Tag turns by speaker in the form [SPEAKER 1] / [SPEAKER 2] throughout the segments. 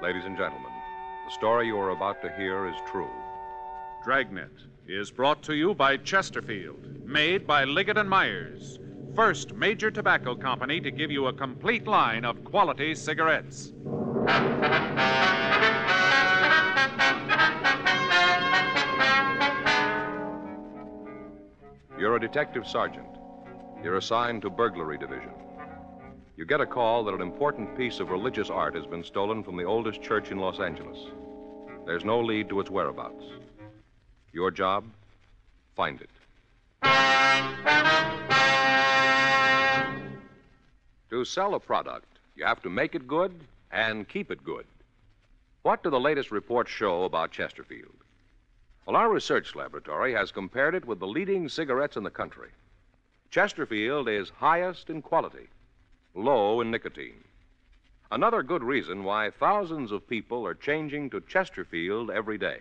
[SPEAKER 1] Ladies and gentlemen, the story you are about to hear is true.
[SPEAKER 2] Dragnet is brought to you by Chesterfield, made by Liggett and Myers, first major tobacco company to give you a complete line of quality cigarettes.
[SPEAKER 1] You're a detective sergeant. You're assigned to burglary division. You get a call that an important piece of religious art has been stolen from the oldest church in Los Angeles. There's no lead to its whereabouts. Your job? Find it. To sell a product, you have to make it good and keep it good. What do the latest reports show about Chesterfield? Well, our research laboratory has compared it with the leading cigarettes in the country. Chesterfield is highest in quality, low in nicotine. Another good reason why thousands of people are changing to Chesterfield every day.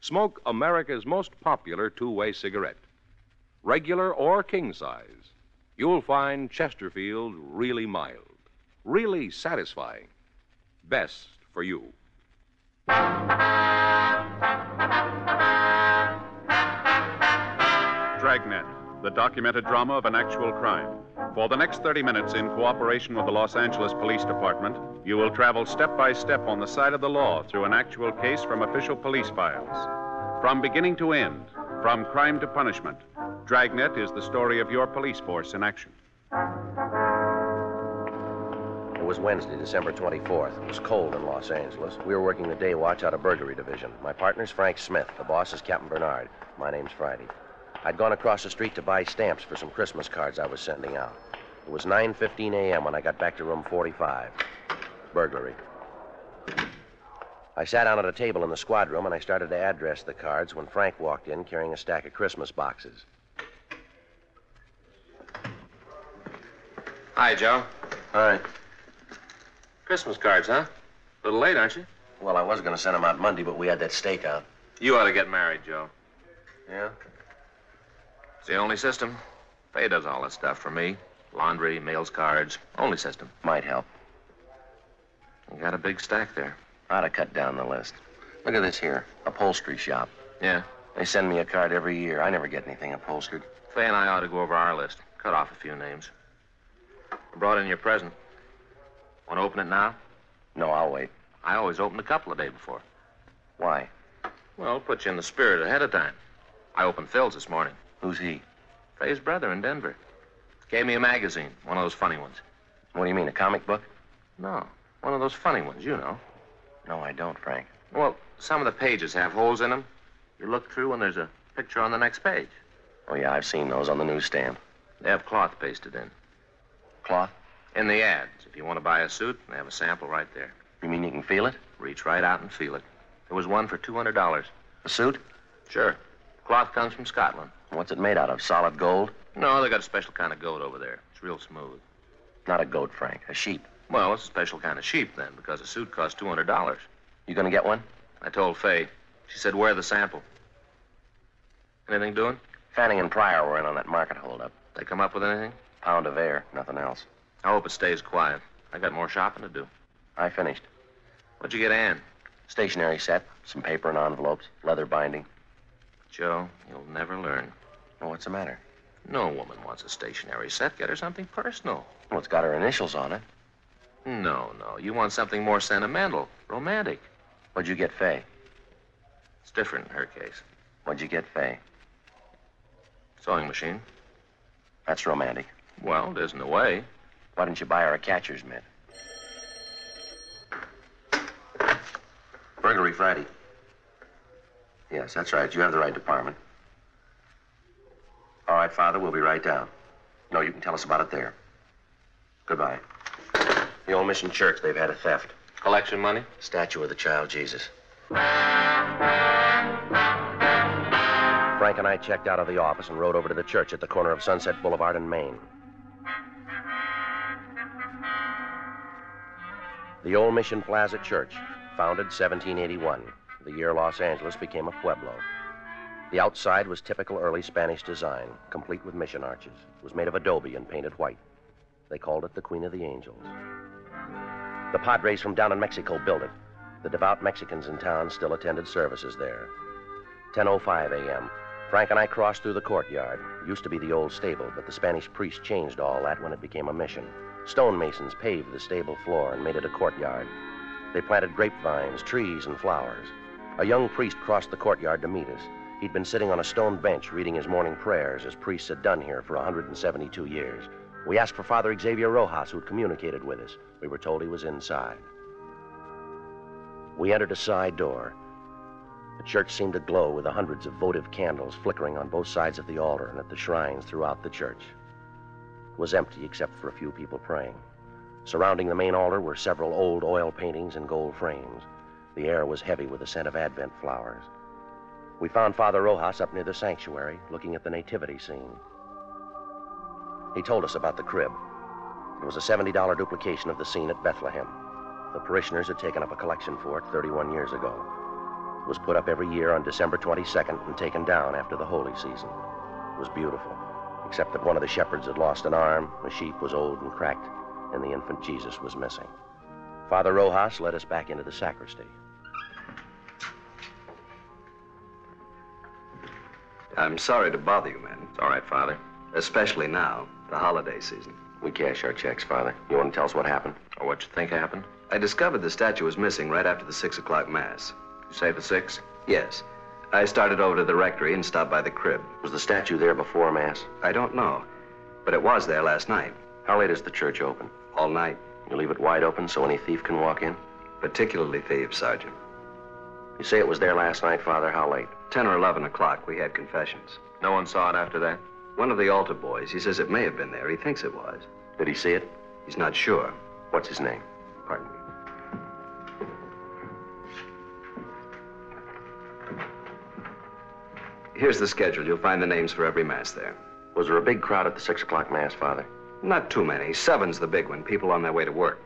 [SPEAKER 1] Smoke America's most popular two way cigarette. Regular or king size, you'll find Chesterfield really mild, really satisfying. Best for you.
[SPEAKER 2] Dragnet, the documented drama of an actual crime. For the next 30 minutes, in cooperation with the Los Angeles Police Department, you will travel step by step on the side of the law through an actual case from official police files. From beginning to end, from crime to punishment, Dragnet is the story of your police force in action.
[SPEAKER 3] It was Wednesday, December 24th. It was cold in Los Angeles. We were working the day watch out of burglary division. My partner's Frank Smith. The boss is Captain Bernard. My name's Friday. I'd gone across the street to buy stamps for some Christmas cards I was sending out. It was 9:15 a.m. when I got back to room 45. Burglary. I sat down at a table in the squad room and I started to address the cards when Frank walked in carrying a stack of Christmas boxes.
[SPEAKER 4] Hi, Joe.
[SPEAKER 3] Hi.
[SPEAKER 4] Christmas cards, huh? A little late, aren't you?
[SPEAKER 3] Well, I was going to send them out Monday, but we had that stakeout.
[SPEAKER 4] You ought to get married, Joe.
[SPEAKER 3] Yeah?
[SPEAKER 4] It's the only system. Faye does all that stuff for me. Laundry, mails, cards. Only system.
[SPEAKER 3] Might help.
[SPEAKER 4] You got a big stack there.
[SPEAKER 3] Ought to cut down the list. Look at this here upholstery shop.
[SPEAKER 4] Yeah.
[SPEAKER 3] They send me a card every year. I never get anything upholstered.
[SPEAKER 4] Faye and I ought to go over our list. Cut off a few names. I brought in your present. Want to open it now?
[SPEAKER 3] No, I'll wait.
[SPEAKER 4] I always open a couple a day before.
[SPEAKER 3] Why?
[SPEAKER 4] Well, put you in the spirit ahead of time. I opened Phil's this morning.
[SPEAKER 3] Who's he?
[SPEAKER 4] Faye's brother in Denver. Gave me a magazine, one of those funny ones.
[SPEAKER 3] What do you mean, a comic book?
[SPEAKER 4] No, one of those funny ones, you know.
[SPEAKER 3] No, I don't, Frank.
[SPEAKER 4] Well, some of the pages have holes in them. You look through and there's a picture on the next page.
[SPEAKER 3] Oh, yeah, I've seen those on the newsstand.
[SPEAKER 4] They have cloth pasted in.
[SPEAKER 3] Cloth?
[SPEAKER 4] In the ads, if you want to buy a suit, they have a sample right there.
[SPEAKER 3] You mean you can feel it?
[SPEAKER 4] Reach right out and feel it. There was one for $200.
[SPEAKER 3] A suit?
[SPEAKER 4] Sure. Cloth comes from Scotland.
[SPEAKER 3] What's it made out of? Solid gold?
[SPEAKER 4] No, they got a special kind of goat over there. It's real smooth.
[SPEAKER 3] Not a goat, Frank. A sheep.
[SPEAKER 4] Well, it's a special kind of sheep then, because a suit costs two hundred dollars.
[SPEAKER 3] You gonna get one?
[SPEAKER 4] I told Faye. She said, "Wear the sample." Anything doing?
[SPEAKER 3] Fanning and Pryor were in on that market holdup.
[SPEAKER 4] They come up with anything?
[SPEAKER 3] Pound of air, nothing else.
[SPEAKER 4] I hope it stays quiet. I got more shopping to do.
[SPEAKER 3] I finished.
[SPEAKER 4] What'd you get, Ann?
[SPEAKER 3] Stationery set, some paper and envelopes, leather binding.
[SPEAKER 4] Joe, you'll never learn.
[SPEAKER 3] Well, what's the matter?
[SPEAKER 4] No woman wants a stationary set. Get her something personal.
[SPEAKER 3] Well, it's got her initials on it.
[SPEAKER 4] No, no. You want something more sentimental, romantic.
[SPEAKER 3] What'd you get Faye?
[SPEAKER 4] It's different in her case.
[SPEAKER 3] What'd you get Faye?
[SPEAKER 4] Sewing machine.
[SPEAKER 3] That's romantic.
[SPEAKER 4] Well, it isn't a way.
[SPEAKER 3] Why didn't you buy her a catcher's mitt? Burglary Friday. Yes, that's right. You have the right department. All right, Father, we'll be right down. No, you can tell us about it there. Goodbye. The old mission church, they've had a theft.
[SPEAKER 4] Collection money.
[SPEAKER 3] Statue of the child Jesus. Frank and I checked out of the office and rode over to the church at the corner of Sunset Boulevard and Main. The Old Mission Plaza Church, founded 1781, the year Los Angeles became a pueblo. The outside was typical early Spanish design, complete with mission arches. It was made of adobe and painted white. They called it the Queen of the Angels. The Padres from down in Mexico built it. The devout Mexicans in town still attended services there. 10:05 a.m. Frank and I crossed through the courtyard. Used to be the old stable, but the Spanish priest changed all that when it became a mission. Stonemasons paved the stable floor and made it a courtyard. They planted grapevines, trees, and flowers. A young priest crossed the courtyard to meet us. He'd been sitting on a stone bench reading his morning prayers, as priests had done here for 172 years. We asked for Father Xavier Rojas, who'd communicated with us. We were told he was inside. We entered a side door. The church seemed to glow with the hundreds of votive candles flickering on both sides of the altar and at the shrines throughout the church. It was empty except for a few people praying. Surrounding the main altar were several old oil paintings in gold frames. The air was heavy with the scent of Advent flowers. We found Father Rojas up near the sanctuary, looking at the nativity scene. He told us about the crib. It was a $70 duplication of the scene at Bethlehem. The parishioners had taken up a collection for it 31 years ago was put up every year on December 22nd and taken down after the holy season. It was beautiful, except that one of the shepherds had lost an arm, the sheep was old and cracked, and the infant Jesus was missing. Father Rojas led us back into the sacristy.
[SPEAKER 5] I'm sorry to bother you, men,
[SPEAKER 4] It's all right, Father.
[SPEAKER 5] especially now, the holiday season.
[SPEAKER 3] We cash our checks, Father. You want to tell us what happened?
[SPEAKER 4] Or what you think happened?
[SPEAKER 5] I discovered the statue was missing right after the 6 o'clock mass.
[SPEAKER 4] You say the six?
[SPEAKER 5] Yes. I started over to the rectory and stopped by the crib.
[SPEAKER 3] Was the statue there before Mass?
[SPEAKER 5] I don't know, but it was there last night,
[SPEAKER 3] How late is the church open?
[SPEAKER 5] all night.
[SPEAKER 3] You leave it wide open so any thief can walk in?
[SPEAKER 5] Particularly thieves, Sergeant.
[SPEAKER 3] You say it was there last night, Father. How late?
[SPEAKER 5] 10 or 11 o'clock, we had confessions.
[SPEAKER 4] No one saw it after that?
[SPEAKER 5] One of the altar boys, he says it may have been there. He thinks it was.
[SPEAKER 3] Did he see it?
[SPEAKER 5] He's not sure.
[SPEAKER 3] What's his name?
[SPEAKER 5] Pardon me. Here's the schedule. You'll find the names for every mass there.
[SPEAKER 3] Was there a big crowd at the 6 o'clock Mass, Father?
[SPEAKER 5] Not too many. Seven's the big one. People on their way to work.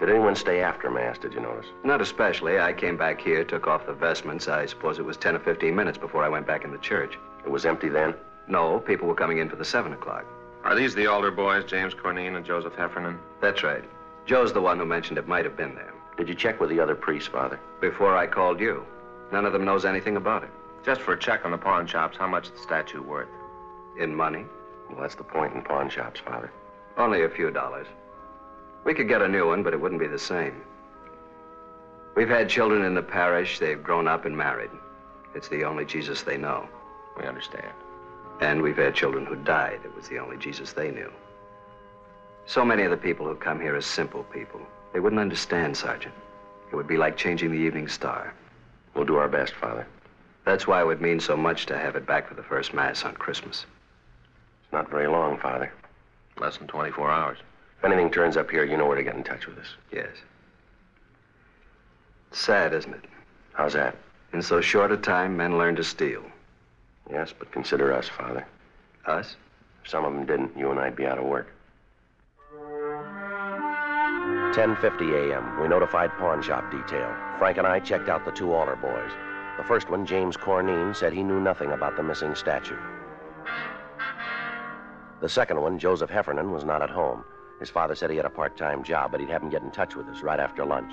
[SPEAKER 3] Did anyone stay after Mass, did you notice?
[SPEAKER 5] Not especially. I came back here, took off the vestments. I suppose it was 10 or 15 minutes before I went back in the church.
[SPEAKER 3] It was empty then?
[SPEAKER 5] No, people were coming in for the 7 o'clock.
[SPEAKER 4] Are these the altar boys, James Cornine and Joseph Heffernan?
[SPEAKER 5] That's right. Joe's the one who mentioned it might have been there.
[SPEAKER 3] Did you check with the other priests, Father?
[SPEAKER 5] Before I called you. None of them knows anything about it.
[SPEAKER 4] Just for a check on the pawn shops, how much is the statue worth?
[SPEAKER 5] In money?
[SPEAKER 3] Well, that's the point in pawn shops, Father.
[SPEAKER 5] Only a few dollars. We could get a new one, but it wouldn't be the same. We've had children in the parish. They've grown up and married. It's the only Jesus they know.
[SPEAKER 4] We understand.
[SPEAKER 5] And we've had children who died. It was the only Jesus they knew. So many of the people who come here are simple people. They wouldn't understand, Sergeant. It would be like changing the evening star.
[SPEAKER 3] We'll do our best, Father.
[SPEAKER 5] That's why it would mean so much to have it back for the first Mass on Christmas.
[SPEAKER 3] It's not very long, Father.
[SPEAKER 4] Less than 24 hours.
[SPEAKER 3] If anything turns up here, you know where to get in touch with us.
[SPEAKER 5] Yes. Sad, isn't it?
[SPEAKER 3] How's that?
[SPEAKER 5] In so short a time, men learn to steal.
[SPEAKER 3] Yes, but consider us, Father.
[SPEAKER 5] Us?
[SPEAKER 3] If some of them didn't, you and I'd be out of work. 10:50 a.m. We notified pawn shop detail. Frank and I checked out the two altar boys. The first one, James Cornine, said he knew nothing about the missing statue. The second one, Joseph Heffernan, was not at home. His father said he had a part-time job, but he'd have him get in touch with us right after lunch.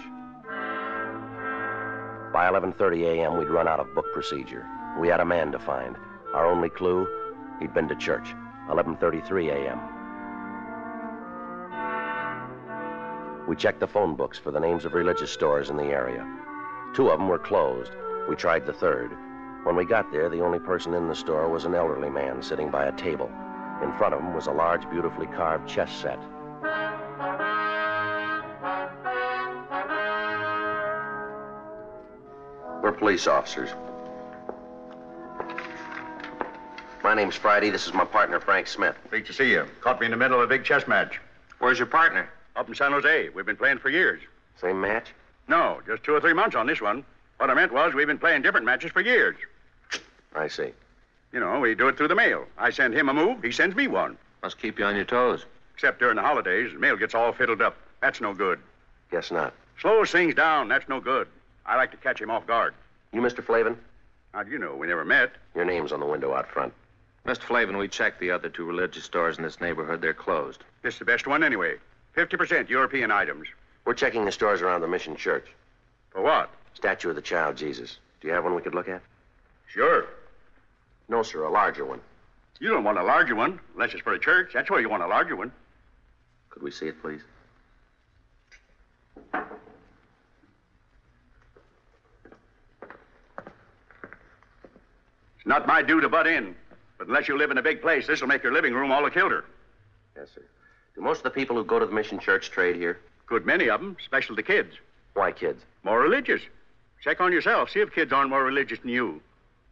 [SPEAKER 3] By 11:30 a.m., we'd run out of book procedure. We had a man to find. Our only clue, he'd been to church. 11:33 a.m. We checked the phone books for the names of religious stores in the area. Two of them were closed. We tried the third. When we got there, the only person in the store was an elderly man sitting by a table. In front of him was a large, beautifully carved chess set.
[SPEAKER 4] We're police officers.
[SPEAKER 3] My name's Friday. This is my partner, Frank Smith.
[SPEAKER 2] Great to see you. Caught me in the middle of a big chess match.
[SPEAKER 4] Where's your partner?
[SPEAKER 2] Up in San Jose. We've been playing for years.
[SPEAKER 3] Same match?
[SPEAKER 2] No, just two or three months on this one. What I meant was we've been playing different matches for years.
[SPEAKER 3] I see.
[SPEAKER 2] You know, we do it through the mail. I send him a move, he sends me one.
[SPEAKER 4] Must keep you on your toes.
[SPEAKER 2] Except during the holidays, the mail gets all fiddled up. That's no good.
[SPEAKER 3] Guess not.
[SPEAKER 2] Slows things down. That's no good. I like to catch him off guard.
[SPEAKER 3] You, Mr. Flavin?
[SPEAKER 2] How do you know? We never met.
[SPEAKER 3] Your name's on the window out front.
[SPEAKER 4] Mr. Flavin, we checked the other two religious stores in this neighborhood. They're closed.
[SPEAKER 2] This is the best one anyway. 50% European items.
[SPEAKER 3] We're checking the stores around the Mission Church.
[SPEAKER 2] For what?
[SPEAKER 3] Statue of the Child Jesus. Do you have one we could look at?
[SPEAKER 2] Sure.
[SPEAKER 3] No, sir, a larger one.
[SPEAKER 2] You don't want a larger one, unless it's for a church. That's where you want a larger one.
[SPEAKER 4] Could we see it, please?
[SPEAKER 2] It's not my due to butt in. But unless you live in a big place, this'll make your living room all a kilter.
[SPEAKER 3] Yes, sir. Do most of the people who go to the Mission Church trade here?
[SPEAKER 2] Good many of 'em, especially the kids.
[SPEAKER 3] Why, kids?
[SPEAKER 2] More religious. Check on yourself. See if kids aren't more religious than you.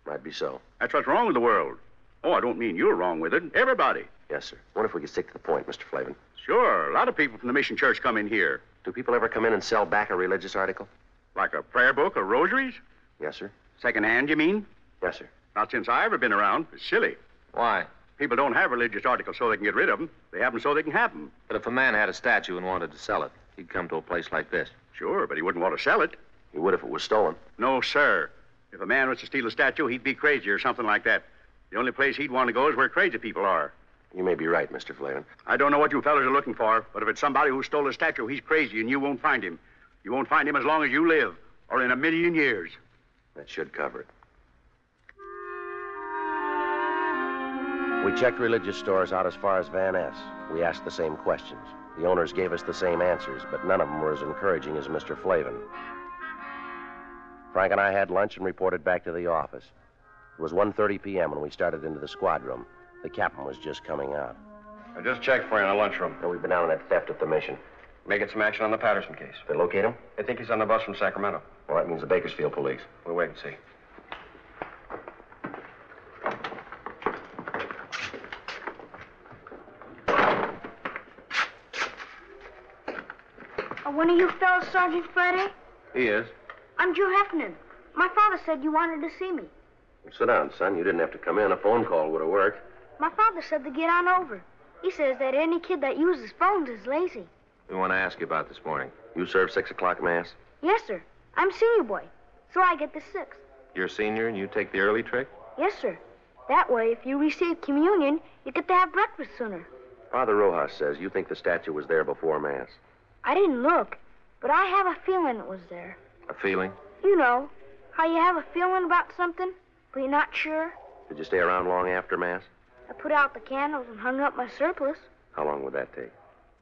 [SPEAKER 3] Might be so.
[SPEAKER 2] That's what's wrong with the world. Oh, I don't mean you're wrong with it. Everybody.
[SPEAKER 3] Yes, sir. What if we could stick to the point, Mr. Flavin?
[SPEAKER 2] Sure, a lot of people from the mission church come in here.
[SPEAKER 3] Do people ever come in and sell back a religious article?
[SPEAKER 2] Like a prayer book or rosaries?
[SPEAKER 3] Yes, sir.
[SPEAKER 2] Second hand, you mean?
[SPEAKER 3] Yes, sir.
[SPEAKER 2] Not since I ever been around. It's silly.
[SPEAKER 4] Why?
[SPEAKER 2] People don't have religious articles so they can get rid of 'em. They have 'em so they can have 'em.
[SPEAKER 4] But if a man had a statue and wanted to sell it, he'd come to a place like this.
[SPEAKER 2] Sure, but he wouldn't want to sell it.
[SPEAKER 3] You would if it was stolen.
[SPEAKER 2] No, sir. If a man was to steal a statue, he'd be crazy or something like that. The only place he'd want to go is where crazy people are.
[SPEAKER 3] You may be right, Mr. Flavin.
[SPEAKER 2] I don't know what you fellas are looking for, but if it's somebody who stole a statue, he's crazy and you won't find him. You won't find him as long as you live, or in a million years.
[SPEAKER 3] That should cover it. We checked religious stores out as far as Van Ness. We asked the same questions. The owners gave us the same answers, but none of them were as encouraging as Mr. Flavin. Frank and I had lunch and reported back to the office. It was 1:30 p.m. when we started into the squad room. The captain was just coming out.
[SPEAKER 2] I just checked for you in the lunchroom.
[SPEAKER 3] And we've been out on that theft at the mission.
[SPEAKER 2] Making some action on the Patterson case.
[SPEAKER 3] They locate him?
[SPEAKER 2] I think he's on the bus from Sacramento.
[SPEAKER 3] Well, that means the Bakersfield police.
[SPEAKER 2] We'll wait and see.
[SPEAKER 6] Are Uh, one of you fellas Sergeant Friday?
[SPEAKER 4] He is.
[SPEAKER 6] I'm Joe Heffernan. My father said you wanted to see me.
[SPEAKER 3] Sit down, son. You didn't have to come in. A phone call would have worked.
[SPEAKER 6] My father said to get on over. He says that any kid that uses phones is lazy.
[SPEAKER 4] We want to ask you about this morning.
[SPEAKER 3] You served six o'clock mass.
[SPEAKER 6] Yes, sir. I'm senior boy, so I get the sixth.
[SPEAKER 4] You're a senior and you take the early trick?
[SPEAKER 6] Yes, sir. That way, if you receive communion, you get to have breakfast sooner.
[SPEAKER 3] Father Rojas says you think the statue was there before mass.
[SPEAKER 6] I didn't look, but I have a feeling it was there.
[SPEAKER 4] A feeling?
[SPEAKER 6] You know, how you have a feeling about something, but you're not sure.
[SPEAKER 3] Did you stay around long after mass?
[SPEAKER 6] I put out the candles and hung up my surplice.
[SPEAKER 3] How long would that take?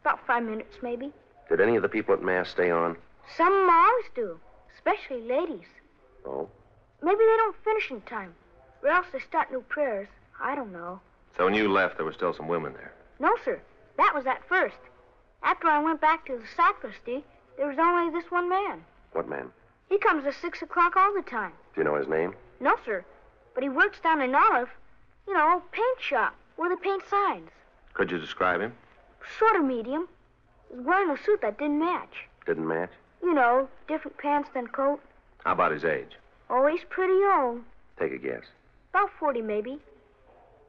[SPEAKER 6] About five minutes, maybe.
[SPEAKER 3] Did any of the people at mass stay on?
[SPEAKER 6] Some always do, especially ladies.
[SPEAKER 3] Oh,
[SPEAKER 6] Maybe they don't finish in time, or else they start new prayers. I don't know.
[SPEAKER 4] So when you left, there were still some women there.
[SPEAKER 6] No, sir. That was at first. After I went back to the sacristy, there was only this one man.
[SPEAKER 3] what man?
[SPEAKER 6] He comes at six o'clock all the time.
[SPEAKER 3] Do you know his name?
[SPEAKER 6] No, sir. But he works down in Olive, you know, paint shop where they paint signs.
[SPEAKER 4] Could you describe him?
[SPEAKER 6] Sort of medium. He's wearing a suit that didn't match.
[SPEAKER 3] Didn't match?
[SPEAKER 6] You know, different pants than coat.
[SPEAKER 4] How about his age?
[SPEAKER 6] Oh, he's pretty old.
[SPEAKER 3] Take a guess.
[SPEAKER 6] About 40, maybe.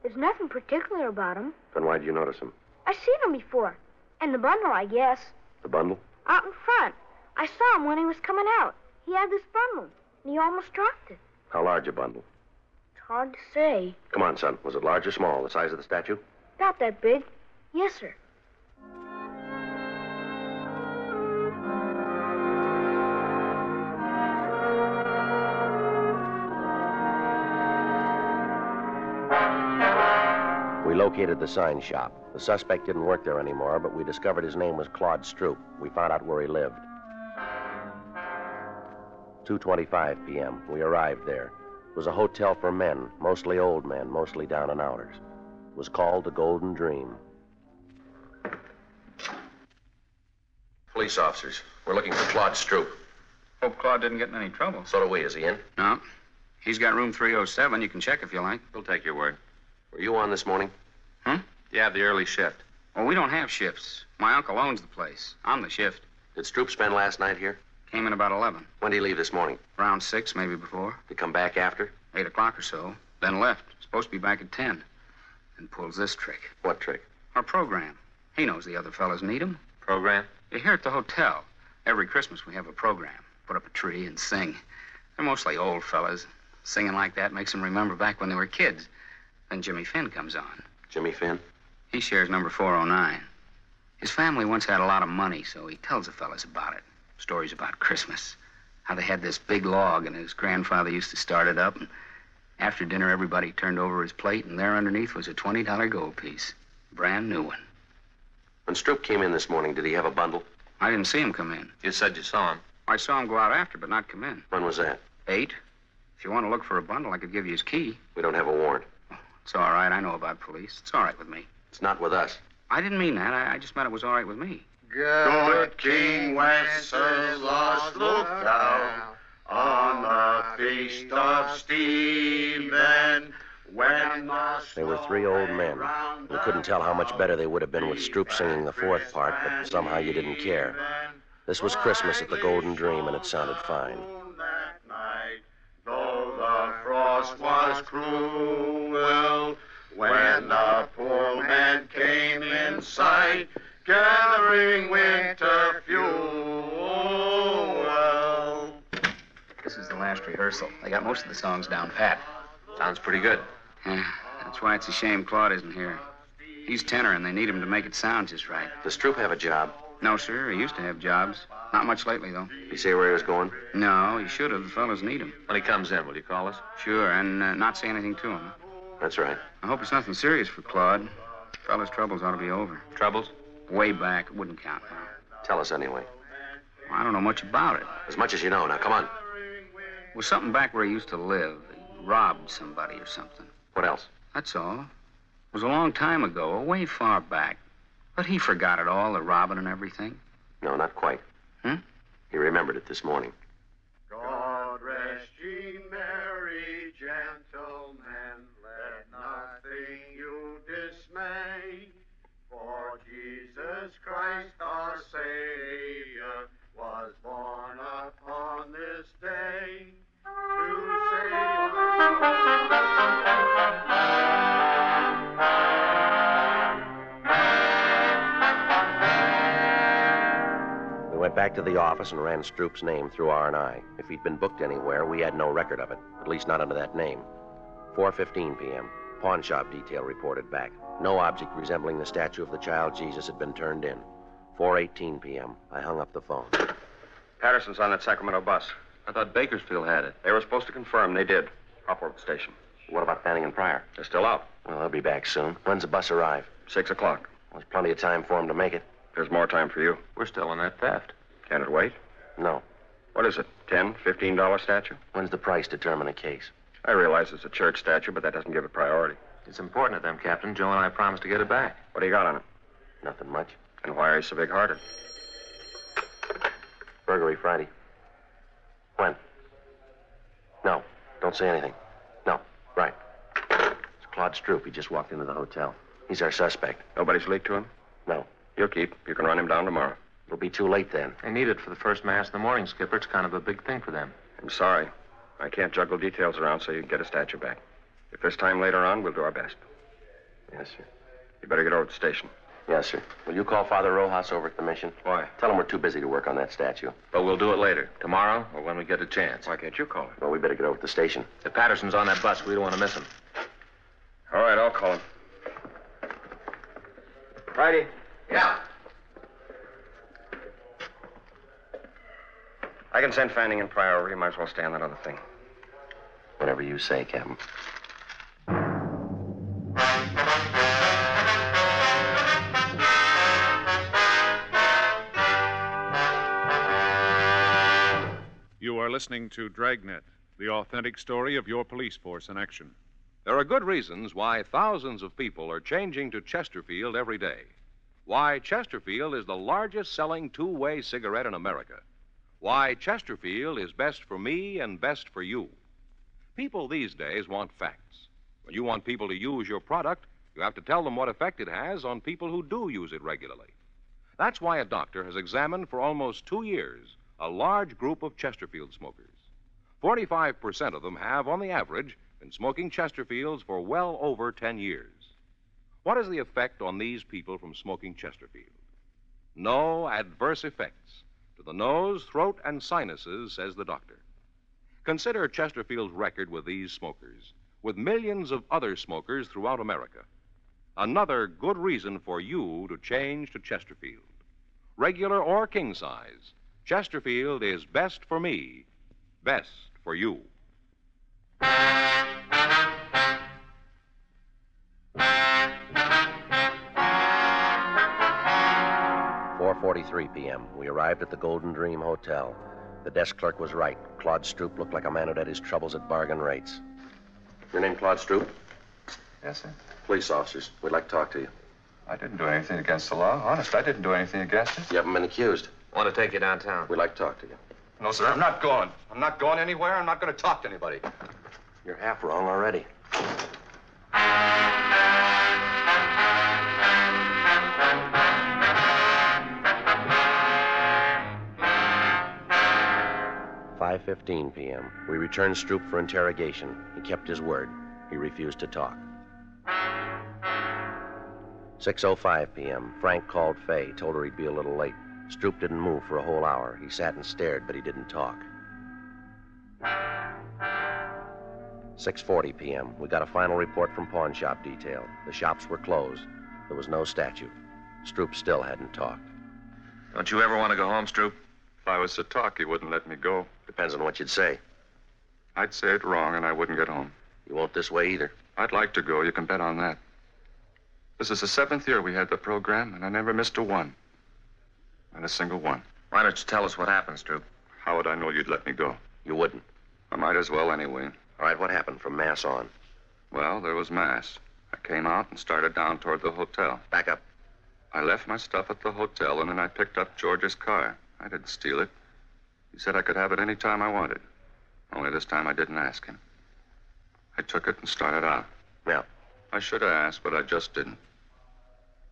[SPEAKER 6] There's nothing particular about him.
[SPEAKER 3] Then why'd you notice him?
[SPEAKER 6] I've seen him before. In the bundle, I guess.
[SPEAKER 3] The bundle?
[SPEAKER 6] Out in front. I saw him when he was coming out. He had this bundle, and he almost dropped it.
[SPEAKER 3] How large a bundle?
[SPEAKER 6] It's hard to say.
[SPEAKER 3] Come on, son. Was it large or small? The size of the statue?
[SPEAKER 6] Not that big. Yes, sir.
[SPEAKER 3] We located the sign shop. The suspect didn't work there anymore, but we discovered his name was Claude Stroop. We found out where he lived. 2:25 p.m. We arrived there. It was a hotel for men, mostly old men, mostly down and outers. It was called the Golden Dream.
[SPEAKER 4] Police officers. We're looking for Claude Stroop.
[SPEAKER 7] Hope Claude didn't get in any trouble.
[SPEAKER 4] So do we. Is he in?
[SPEAKER 7] No. He's got room 307. You can check if you like.
[SPEAKER 4] We'll take your word. Were you on this morning?
[SPEAKER 7] Hmm?
[SPEAKER 4] You have the early shift.
[SPEAKER 7] Well, we don't have shifts. My uncle owns the place. I'm the shift.
[SPEAKER 4] Did Stroop spend last night here?
[SPEAKER 7] Came in about 11.
[SPEAKER 4] When did he leave this morning?
[SPEAKER 7] Around 6, maybe before.
[SPEAKER 4] Did he come back after?
[SPEAKER 7] 8 o'clock or so. Then left. Supposed to be back at 10. And pulls this trick.
[SPEAKER 4] What trick?
[SPEAKER 7] Our program. He knows the other fellas need him.
[SPEAKER 4] Program?
[SPEAKER 7] You're here at the hotel. Every Christmas we have a program. Put up a tree and sing. They're mostly old fellas. Singing like that makes them remember back when they were kids. Then Jimmy Finn comes on.
[SPEAKER 4] Jimmy Finn?
[SPEAKER 7] He shares number 409. His family once had a lot of money, so he tells the fellas about it. Stories about Christmas. How they had this big log, and his grandfather used to start it up. And after dinner, everybody turned over his plate, and there underneath was a $20 gold piece. Brand new one.
[SPEAKER 4] When Stroop came in this morning, did he have a bundle?
[SPEAKER 7] I didn't see him come in.
[SPEAKER 4] You said you saw him.
[SPEAKER 7] I saw him go out after, but not come in.
[SPEAKER 4] When was that?
[SPEAKER 7] Eight. If you want to look for a bundle, I could give you his key.
[SPEAKER 4] We don't have a warrant.
[SPEAKER 7] It's all right. I know about police. It's all right with me.
[SPEAKER 4] It's not with us.
[SPEAKER 7] I didn't mean that. I, I just meant it was all right with me.
[SPEAKER 8] Good King Wenceslas, look down on the feast of Stephen. When the
[SPEAKER 3] They were three old men. We couldn't tell how much better they would have been with Stroop singing the fourth part, but somehow you didn't care. This was Christmas at the Golden Dream, and it sounded fine.
[SPEAKER 8] That night, though the frost was cruel, when the poor man came in sight, gathering winter fuel.
[SPEAKER 7] This is the last rehearsal. They got most of the songs down pat.
[SPEAKER 4] Sounds pretty good.
[SPEAKER 7] Yeah, that's why it's a shame Claude isn't here. He's tenor, and they need him to make it sound just right.
[SPEAKER 4] Does Stroop have a job?
[SPEAKER 7] No, sir. He used to have jobs. Not much lately, though.
[SPEAKER 4] Did he say where he was going?
[SPEAKER 7] No, he should have. The fellas need him.
[SPEAKER 4] When he comes in, will you call us?
[SPEAKER 7] Sure, and uh, not say anything to him.
[SPEAKER 4] That's right.
[SPEAKER 7] I hope it's nothing serious for Claude. Fella's troubles ought to be over.
[SPEAKER 4] Troubles?
[SPEAKER 7] Way back, it wouldn't count now.
[SPEAKER 4] Tell us anyway.
[SPEAKER 7] I don't know much about it.
[SPEAKER 4] As much as you know. Now, come on.
[SPEAKER 7] It was something back where he used to live. He robbed somebody or something.
[SPEAKER 4] What else?
[SPEAKER 7] That's all. It was a long time ago, away far back. But he forgot it all, the robbing and everything.
[SPEAKER 4] No, not quite.
[SPEAKER 7] Hmm?
[SPEAKER 4] He remembered it this morning.
[SPEAKER 8] God rest ye merry gentlemen, let nothing you dismay. For Jesus Christ our Savior was born upon this day to save
[SPEAKER 3] We went back to the office and ran Stroop's name through R&I. If he'd been booked anywhere, we had no record of it, at least not under that name. 4:15 p.m. Pawn shop detail reported back. No object resembling the statue of the child Jesus had been turned in. 4:18 p.m. I hung up the phone.
[SPEAKER 9] Patterson's on that Sacramento bus.
[SPEAKER 4] I thought Bakersfield had it.
[SPEAKER 9] They were supposed to confirm. They did. Upward station.
[SPEAKER 3] What about Fanning and Pryor?
[SPEAKER 9] They're still out.
[SPEAKER 3] Well, they'll be back soon. When's the bus arrive?
[SPEAKER 9] Six o'clock.
[SPEAKER 3] There's plenty of time for 'em to make it.
[SPEAKER 9] There's more time for you.
[SPEAKER 4] We're still on that theft.
[SPEAKER 9] Can it wait?
[SPEAKER 3] No.
[SPEAKER 9] What is it? Ten, fifteen dollar statue?
[SPEAKER 3] When's the price determine a case?
[SPEAKER 9] I realize it's a church statue, but that doesn't give it priority.
[SPEAKER 4] It's important to them, Captain. Joe and I promised to get it back.
[SPEAKER 9] What do you got on it?
[SPEAKER 3] Nothing much.
[SPEAKER 9] And why are you so big-hearted?
[SPEAKER 3] Burglary Friday. When? No. Don't say anything. No. Right. It's Claude Stroop. He just walked into the hotel. He's our suspect.
[SPEAKER 9] Nobody's leaked to him?
[SPEAKER 3] No.
[SPEAKER 9] You'll keep. You can run him down tomorrow.
[SPEAKER 3] It'll be too late then.
[SPEAKER 4] They need it for the first mass in the morning, Skipper. It's kind of a big thing for them.
[SPEAKER 9] I'm sorry. I can't juggle details around so you can get a statue back. If there's time later on, we'll do our best.
[SPEAKER 3] Yes, sir.
[SPEAKER 9] You better get over to the station.
[SPEAKER 3] Yes, sir. Will you call Father Rojas over at the mission?
[SPEAKER 9] Why?
[SPEAKER 3] Tell him we're too busy to work on that statue.
[SPEAKER 4] But we'll do it later, tomorrow, or when we get a chance.
[SPEAKER 9] Why can't you call him?
[SPEAKER 3] Well, we better get over to the station.
[SPEAKER 4] If Patterson's on that bus, we don't want to miss him.
[SPEAKER 9] All right, I'll call him. Friday.
[SPEAKER 4] Yeah.
[SPEAKER 9] I can send Fanning and Pryor over. You might as well stay on that other thing.
[SPEAKER 3] Whatever you say, Captain.
[SPEAKER 2] listening to Dragnet, the authentic story of your police force in action.
[SPEAKER 1] There are good reasons why thousands of people are changing to Chesterfield every day. Why Chesterfield is the largest selling two way cigarette in America. Why Chesterfield is best for me and best for you. People these days want facts. When you want people to use your product, you have to tell them what effect it has on people who do use it regularly. That's why a doctor has examined for almost two years a large group of Chesterfield smokers. 45% of them have, on the average, been smoking Chesterfields for well over 10 years. What is the effect on these people from smoking Chesterfield? No adverse effects to the nose, throat, and sinuses, says the doctor. Consider Chesterfield's record with these smokers, with millions of other smokers throughout America. Another good reason for you to change to Chesterfield. Regular or king size, Chesterfield is best for me, best for you.
[SPEAKER 3] Four forty-three p.m. We arrived at the Golden Dream Hotel. The desk clerk was right. Claude Stroop looked like a man who'd had his troubles at bargain rates.
[SPEAKER 4] Your name Claude Stroop?
[SPEAKER 10] Yes, sir.
[SPEAKER 4] Police officers. We'd like to talk to you.
[SPEAKER 10] I didn't do anything against the law. Honest, I didn't do anything against it.
[SPEAKER 4] You haven't been accused. Want to take you downtown. We'd like to talk to you.
[SPEAKER 10] No, sir, I'm not going. I'm not going anywhere. I'm not going to talk to anybody.
[SPEAKER 4] You're half wrong already.
[SPEAKER 3] Five fifteen p.m. We returned Stroop for interrogation. He kept his word. He refused to talk. Six oh five p.m. Frank called Fay, told her he'd be a little late. Stroop didn't move for a whole hour. He sat and stared, but he didn't talk. 6:40 p.m. We got a final report from pawn shop detail. The shops were closed. There was no statute. Stroop still hadn't talked.
[SPEAKER 4] Don't you ever want to go home, Stroop?
[SPEAKER 9] If I was to talk, he wouldn't let me go.
[SPEAKER 4] Depends on what you'd say.
[SPEAKER 9] I'd say it wrong, and I wouldn't get home.
[SPEAKER 4] You won't this way either.
[SPEAKER 9] I'd like to go. You can bet on that. This is the seventh year we had the program, and I never missed a one. Not a single one.
[SPEAKER 4] Why don't you tell us what happened, Stroop?
[SPEAKER 9] How would I know you'd let me go?
[SPEAKER 4] You wouldn't.
[SPEAKER 9] I might as well anyway.
[SPEAKER 4] All right, what happened from Mass on?
[SPEAKER 9] Well, there was mass. I came out and started down toward the hotel.
[SPEAKER 4] Back up.
[SPEAKER 9] I left my stuff at the hotel, and then I picked up George's car. I didn't steal it. He said I could have it any time I wanted. Only this time I didn't ask him. I took it and started out.
[SPEAKER 4] Yeah.
[SPEAKER 9] I should have asked, but I just didn't.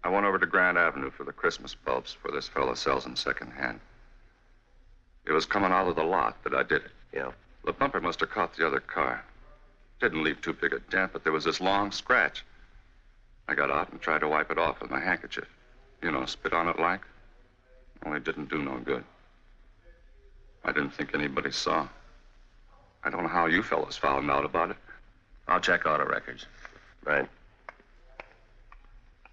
[SPEAKER 9] I went over to Grand Avenue for the Christmas bulbs, for this fellow sells them secondhand. It was coming out of the lot that I did it.
[SPEAKER 4] Yeah.
[SPEAKER 9] The bumper must have caught the other car. Didn't leave too big a dent, but there was this long scratch. I got out and tried to wipe it off with my handkerchief. You know, spit on it like. Only it didn't do no good. I didn't think anybody saw. I don't know how you fellows found out about it.
[SPEAKER 4] I'll check auto records.
[SPEAKER 3] Right.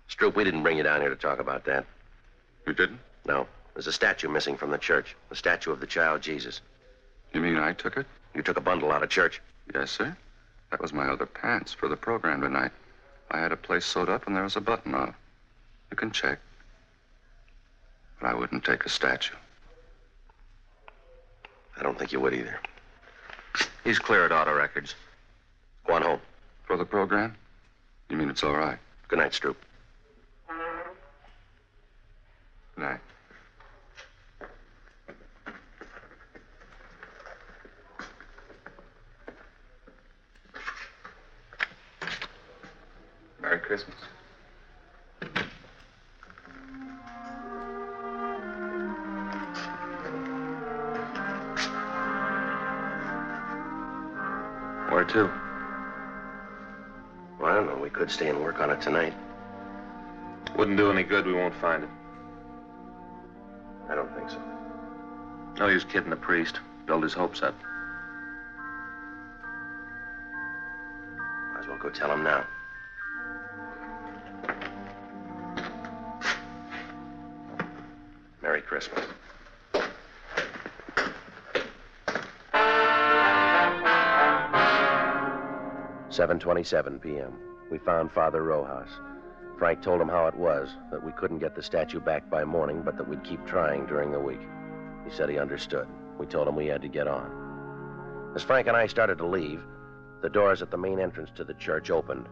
[SPEAKER 3] Stroop, we didn't bring you down here to talk about that.
[SPEAKER 9] You didn't?
[SPEAKER 3] No. There's a statue missing from the church. The statue of the child Jesus.
[SPEAKER 9] You mean I took it?
[SPEAKER 3] You took a bundle out of church.
[SPEAKER 9] Yes, sir. That was my other pants for the program tonight. I had a place sewed up and there was a button on. it. You can check. But I wouldn't take a statue.
[SPEAKER 3] I don't think you would either.
[SPEAKER 4] He's clear at auto records.
[SPEAKER 3] Go on home.
[SPEAKER 9] For the program? You mean it's all right?
[SPEAKER 3] Good night, Stroop.
[SPEAKER 9] Good night.
[SPEAKER 10] Merry Christmas.
[SPEAKER 4] Where to?
[SPEAKER 3] Well, I don't know. We could stay and work on it tonight.
[SPEAKER 4] Wouldn't do any good. We won't find it.
[SPEAKER 3] I don't think so.
[SPEAKER 4] No use Oh, kidding the priest. Build his hopes up.
[SPEAKER 3] Might as well go tell him now. Merry Christmas. Seven twenty-seven p.m. We found Father Rojas. Frank told him how it was that we couldn't get the statue back by morning, but that we'd keep trying during the week. He said he understood. We told him we had to get on. As Frank and I started to leave, the doors at the main entrance to the church opened.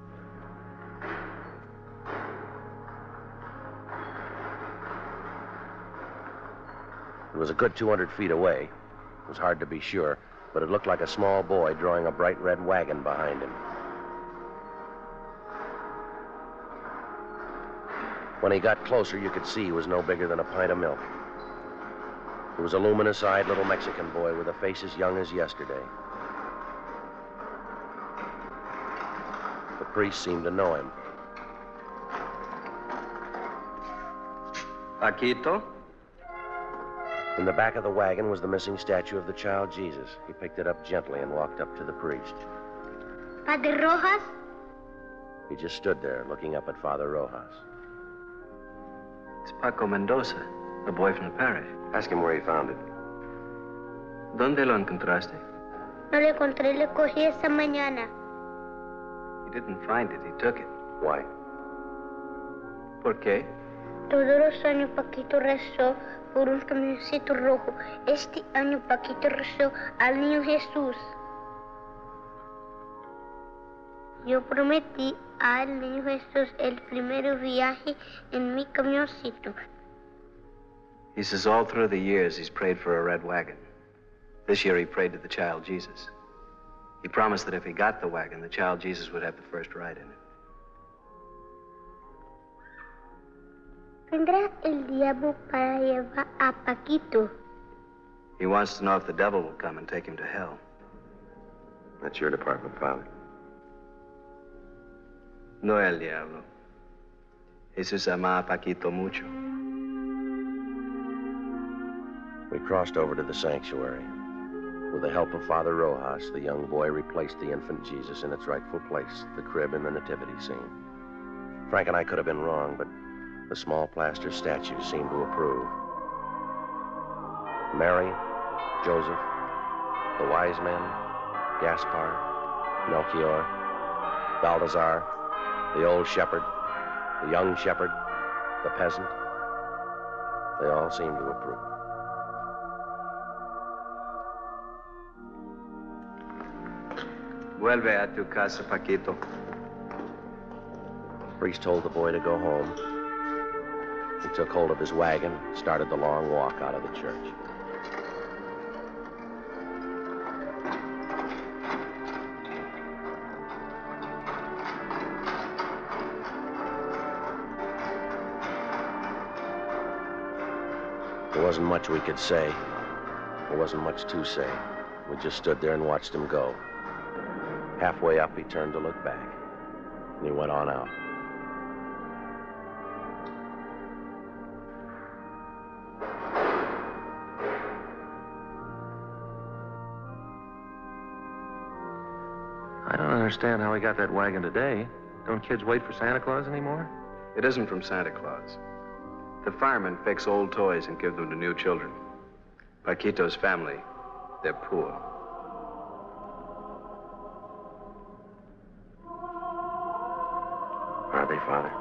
[SPEAKER 3] It was a good 200 feet away. It was hard to be sure, but it looked like a small boy drawing a bright red wagon behind him. When he got closer, you could see he was no bigger than a pint of milk. It was a luminous eyed little Mexican boy with a face as young as yesterday. The priest seemed to know him.
[SPEAKER 5] Akito?
[SPEAKER 3] In the back of the wagon was the missing statue of the child Jesus. He picked it up gently and walked up to the priest.
[SPEAKER 6] Padre Rojas?
[SPEAKER 3] He just stood there looking up at Father Rojas.
[SPEAKER 5] It's Paco Mendoza, a boy from the parish.
[SPEAKER 3] Ask him where he found it.
[SPEAKER 5] ¿Dónde lo encontraste?
[SPEAKER 6] No le encontré, le cogí esta mañana.
[SPEAKER 5] He didn't find it, he took it.
[SPEAKER 3] Why?
[SPEAKER 5] ¿Por qué?
[SPEAKER 6] Todos los años Paquito rezó por un camioncito rojo. Este año Paquito rezó al niño Jesús. Yo prometí al niño Jesús el primer viaje en mi camioncito.
[SPEAKER 5] He says all through the years he's prayed for a red wagon. This year he prayed to the child Jesus. He promised that if he got the wagon, the child Jesus would have the first ride in it.
[SPEAKER 6] Vendrá el diablo para llevar a Paquito.
[SPEAKER 5] He wants to know if the devil will come and take him to hell.
[SPEAKER 3] That's your department, Father.
[SPEAKER 5] No el diablo. Jesús ama a Paquito mucho.
[SPEAKER 3] We crossed over to the sanctuary. With the help of Father Rojas, the young boy replaced the infant Jesus in its rightful place, the crib in the nativity scene. Frank and I could have been wrong, but the small plaster statues seemed to approve. Mary, Joseph, the wise men, Gaspar, Melchior, Balthazar, the old shepherd, the young shepherd, the peasant, they all seemed to approve.
[SPEAKER 5] Vuelve a tu casa, Paquito.
[SPEAKER 3] Priest told the boy to go home. He took hold of his wagon, started the long walk out of the church. There wasn't much we could say. There wasn't much to say. We just stood there and watched him go. Halfway up, he turned to look back, and he went on out.
[SPEAKER 4] I don't understand how he got that wagon today. Don't kids wait for Santa Claus anymore?
[SPEAKER 5] It isn't from Santa Claus. The firemen fix old toys and give them to new children. Paquito's family, they're poor.
[SPEAKER 3] Are they, Father?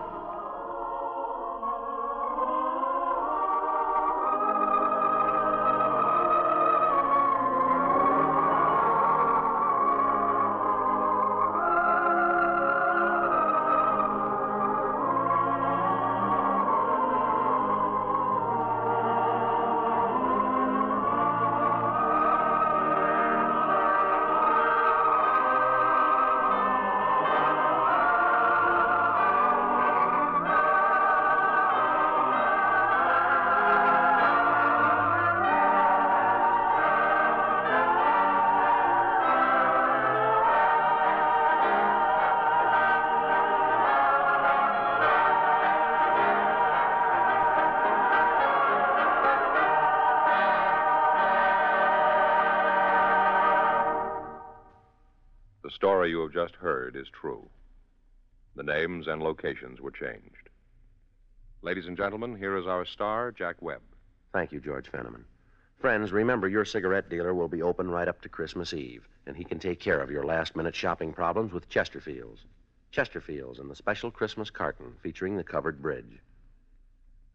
[SPEAKER 1] The story you have just heard is true. The names and locations were changed. Ladies and gentlemen, here is our star, Jack Webb.
[SPEAKER 3] Thank you, George Fenneman. Friends, remember your cigarette dealer will be open right up to Christmas Eve, and he can take care of your last minute shopping problems with Chesterfields. Chesterfields and the special Christmas carton featuring the covered bridge.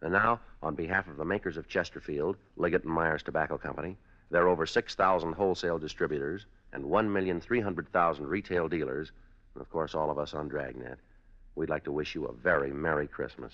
[SPEAKER 3] And now, on behalf of the makers of Chesterfield, Liggett and Myers Tobacco Company, their over 6,000 wholesale distributors, and 1,300,000 retail dealers, and of course all of us on Dragnet, we'd like to wish you a very Merry Christmas.